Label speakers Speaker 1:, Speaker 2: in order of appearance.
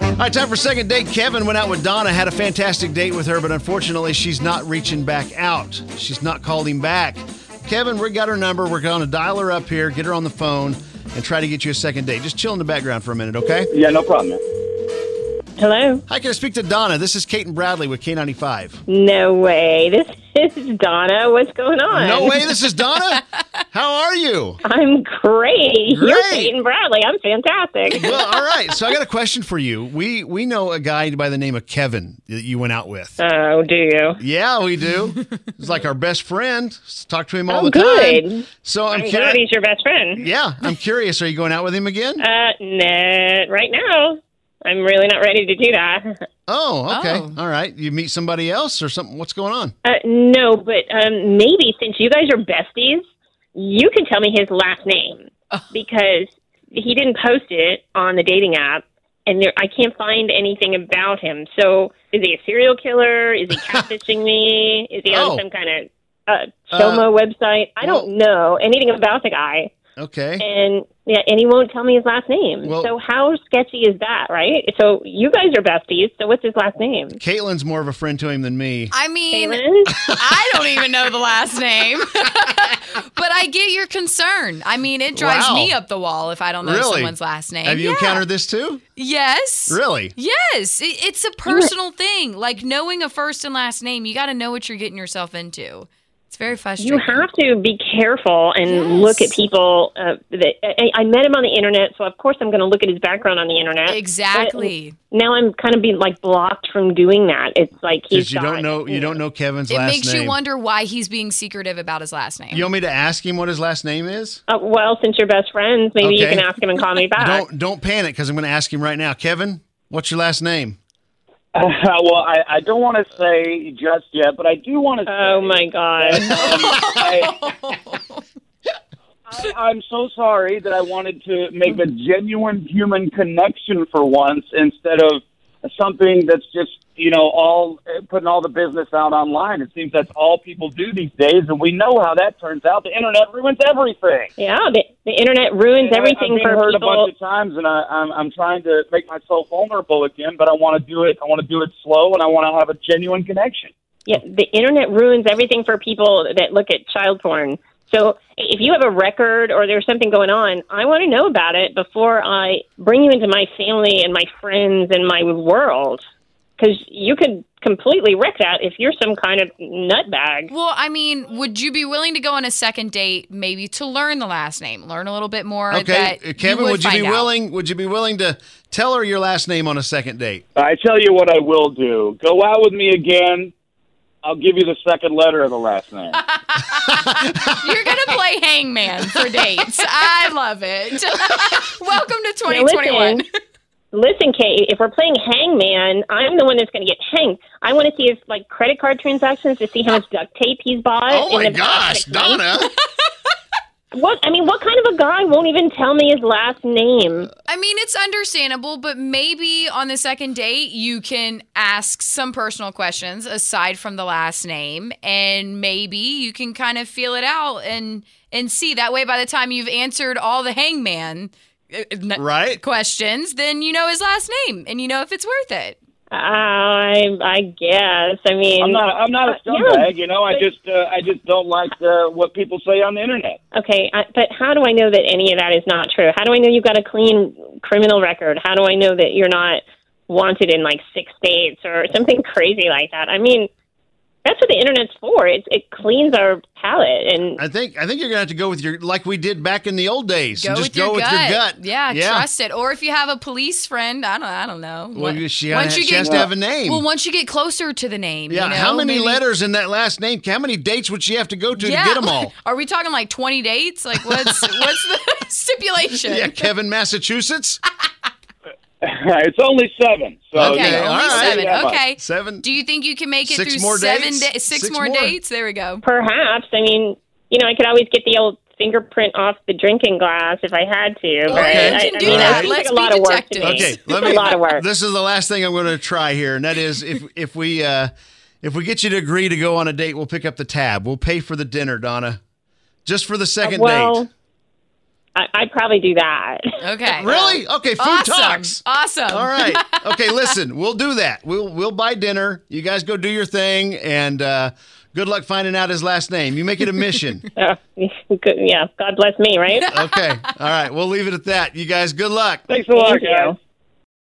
Speaker 1: All right, time for second date. Kevin went out with Donna, had a fantastic date with her, but unfortunately, she's not reaching back out. She's not called him back. Kevin, we got her number. We're going to dial her up here, get her on the phone, and try to get you a second date. Just chill in the background for a minute, okay?
Speaker 2: Mm-hmm.
Speaker 3: Yeah, no problem. Man.
Speaker 2: Hello?
Speaker 1: Hi, can I speak to Donna? This is Kate and Bradley with K95.
Speaker 2: No way. This is Donna. What's going on?
Speaker 1: No way, this is Donna? How are you?
Speaker 2: I'm great. You're
Speaker 1: Great.
Speaker 2: Peyton Bradley. I'm fantastic.
Speaker 1: Well, all right. So I got a question for you. We we know a guy by the name of Kevin that you went out with.
Speaker 2: oh, do you?
Speaker 1: Yeah, we do. He's like our best friend. Talk to him all
Speaker 2: Oh,
Speaker 1: the
Speaker 2: good.
Speaker 1: time. So I'm,
Speaker 2: I'm glad
Speaker 1: curious.
Speaker 2: he's your best friend.
Speaker 1: Yeah, I'm curious. Are you going out with him again?
Speaker 2: Uh, nah, right now, I'm really not ready to do that.
Speaker 1: oh, okay.
Speaker 4: Oh.
Speaker 1: All right. You meet somebody else or something? What's going on?
Speaker 2: Uh, no, but um, maybe since you guys are besties, you can tell me his last name because he didn't post it on the dating app, and there, I can't find anything about him. So, is he a serial killer? Is he catfishing me? Is he on
Speaker 1: Oh.
Speaker 2: some kind of uh, Soma website? I don't know anything about the guy,
Speaker 1: Okay.
Speaker 2: and yeah, and he won't tell me his last name.
Speaker 1: Well-
Speaker 2: so, how sketchy is that, right? So, you guys are besties. So, what's his last name?
Speaker 1: Caitlin's more of a friend to him than me.
Speaker 4: I mean,
Speaker 2: Kaylin?
Speaker 4: I don't even know the last name. but I get your concern. I mean, it drives
Speaker 1: Wow.
Speaker 4: me up the wall if I don't know
Speaker 1: Really?
Speaker 4: someone's last name.
Speaker 1: Have you
Speaker 4: Yeah.
Speaker 1: encountered this too?
Speaker 4: Yes.
Speaker 1: Really?
Speaker 4: Yes, it, it's a personal thing. Like knowing a first and last name, you got to know what you're getting yourself into. It's very frustrating.
Speaker 2: You have to be careful and
Speaker 4: Yes.
Speaker 2: look at people. Uh, that I, I met him on the internet, so of course I'm going to look at his background on the internet.
Speaker 4: exactly.
Speaker 2: But now I'm kind of being like blocked from doing that. It's like he's
Speaker 1: Because you
Speaker 2: got-
Speaker 1: don't know you don't know Kevin's
Speaker 4: It
Speaker 1: last
Speaker 4: makes
Speaker 1: name.
Speaker 4: you wonder why he's being secretive about his last name.
Speaker 1: You want me to ask him what his last name is?
Speaker 2: Uh, well, since you're best friends, maybe you
Speaker 1: Okay.
Speaker 2: can ask him and call me
Speaker 4: Uh,
Speaker 2: back.
Speaker 1: Don't don't panic because I'm going to ask him right now. Kevin, what's your last name?
Speaker 3: Uh, well, I, I don't want to say just yet, but I do want to say.
Speaker 2: Oh my god!
Speaker 3: I, I, I'm so sorry that I wanted to make a genuine human connection for once instead of something that's just, you know, all putting all the business out online. It seems that's all people do these days, and we know how that turns out. The internet ruins everything.
Speaker 2: yeah, the, the internet ruins everything
Speaker 3: I, I've been
Speaker 2: for
Speaker 3: heard
Speaker 2: people.
Speaker 3: a bunch of times, and I, I'm I'm trying to make myself vulnerable again. But I want to do it. I want to do it slow, and I want to have a genuine connection.
Speaker 2: Yeah, the internet ruins everything for people that look at child porn. So if you have a record or there's something going on, I want to know about it before I bring you into my family and my friends and my world. Because you could completely wreck that if you're some kind of nutbag.
Speaker 4: well, I mean, would you be willing to go on a second date, maybe to learn the last name, learn a little bit more?
Speaker 1: Okay,
Speaker 4: that
Speaker 1: uh, Kevin, would, you
Speaker 4: find
Speaker 1: be
Speaker 4: out?
Speaker 1: willing? Would you be willing to tell her your last name on a second date?
Speaker 3: I tell you what, I will do. Go out with me again. I'll give you the second letter of the last name.
Speaker 4: You're gonna play hangman for dates. I love it. Welcome to
Speaker 2: Now, listen.
Speaker 4: 2021.
Speaker 2: Listen, Kate, if we're playing hangman, I'm the one that's going to get hanged. I want to see his like credit card transactions to see how much duct tape he's bought.
Speaker 1: Oh
Speaker 2: in the past six months. What I mean, what kind of a guy won't even tell me his last name?
Speaker 4: I mean, it's understandable, but maybe on the second date, you can ask some personal questions aside from the last name, and maybe you can kind of feel it out and and see that way. By the time you've answered all the hangman uh, n-
Speaker 1: Right.
Speaker 4: questions, then you know his last name and you know if it's worth it.
Speaker 2: I Um, I guess. I mean,
Speaker 3: I'm not. I'm not a
Speaker 2: Uh, yeah.
Speaker 3: scumbag. You know, I just. Uh, I just don't like uh, what people say on the internet.
Speaker 2: okay, I, but how do I know that any of that is not true? How do I know you've got a clean criminal record? How do I know that you're not wanted in like six states or something crazy like that? I mean, that's what the internet's for. It it cleans our palate, and
Speaker 1: I think I think you're gonna have to go with your like we did back in the old days.
Speaker 4: Go
Speaker 1: and just
Speaker 4: with, your,
Speaker 1: go
Speaker 4: gut.
Speaker 1: with your gut.
Speaker 4: Yeah, trust it. Or if you have a police friend, I don't, I don't know.
Speaker 1: Well,
Speaker 4: What-
Speaker 1: she, gotta- she has to have a name.
Speaker 4: Well, once you get closer to the name,
Speaker 1: yeah.
Speaker 4: you know,
Speaker 1: how many
Speaker 4: maybe-
Speaker 1: letters in that last name? How many dates would she have to go to to get them all?
Speaker 4: Are we talking like 20 dates? Like what's what's the stipulation?
Speaker 1: yeah, Kevin, Massachusetts.
Speaker 3: it's only seven. So
Speaker 4: Okay,
Speaker 1: Okay,
Speaker 3: you know,
Speaker 1: all
Speaker 4: only
Speaker 1: right.
Speaker 4: seven.
Speaker 3: Yeah.
Speaker 4: Okay.
Speaker 1: Seven.
Speaker 4: Do you think you can make it
Speaker 1: Six
Speaker 4: through
Speaker 1: more
Speaker 4: seven
Speaker 1: dates?
Speaker 4: da- six,
Speaker 1: Six
Speaker 4: more,
Speaker 1: more.
Speaker 4: dates? There we go.
Speaker 2: perhaps I mean, you know, I could always get the old fingerprint off the drinking glass if I had to. But
Speaker 1: Okay.
Speaker 2: I,
Speaker 1: You can
Speaker 2: I
Speaker 1: do
Speaker 2: mean,
Speaker 1: that.
Speaker 2: seems like
Speaker 4: Let's
Speaker 2: a lot
Speaker 4: be
Speaker 2: of work to
Speaker 4: detectives.
Speaker 2: me.
Speaker 1: Okay,
Speaker 2: It's
Speaker 1: let
Speaker 2: a
Speaker 1: me.
Speaker 2: lot of work.
Speaker 1: This is the last thing I'm going to try here, and that is if if we uh, if we get you to agree to go on a date, we'll pick up the tab. We'll pay for the dinner, Donna, just for the second
Speaker 2: well,
Speaker 1: date.
Speaker 2: I, I'd probably do that.
Speaker 4: Okay.
Speaker 1: Really? Okay, food
Speaker 4: Awesome.
Speaker 1: talks.
Speaker 4: Awesome.
Speaker 1: All right. Okay, listen, we'll do that. We'll we'll buy dinner. You guys go do your thing, and uh, good luck finding out his last name. You make it a mission.
Speaker 2: Uh, good- yeah, God bless me, right?
Speaker 1: Okay. All right. We'll leave it at that. You guys, good luck.
Speaker 3: Thanks a lot,
Speaker 2: Thank you.
Speaker 3: guys.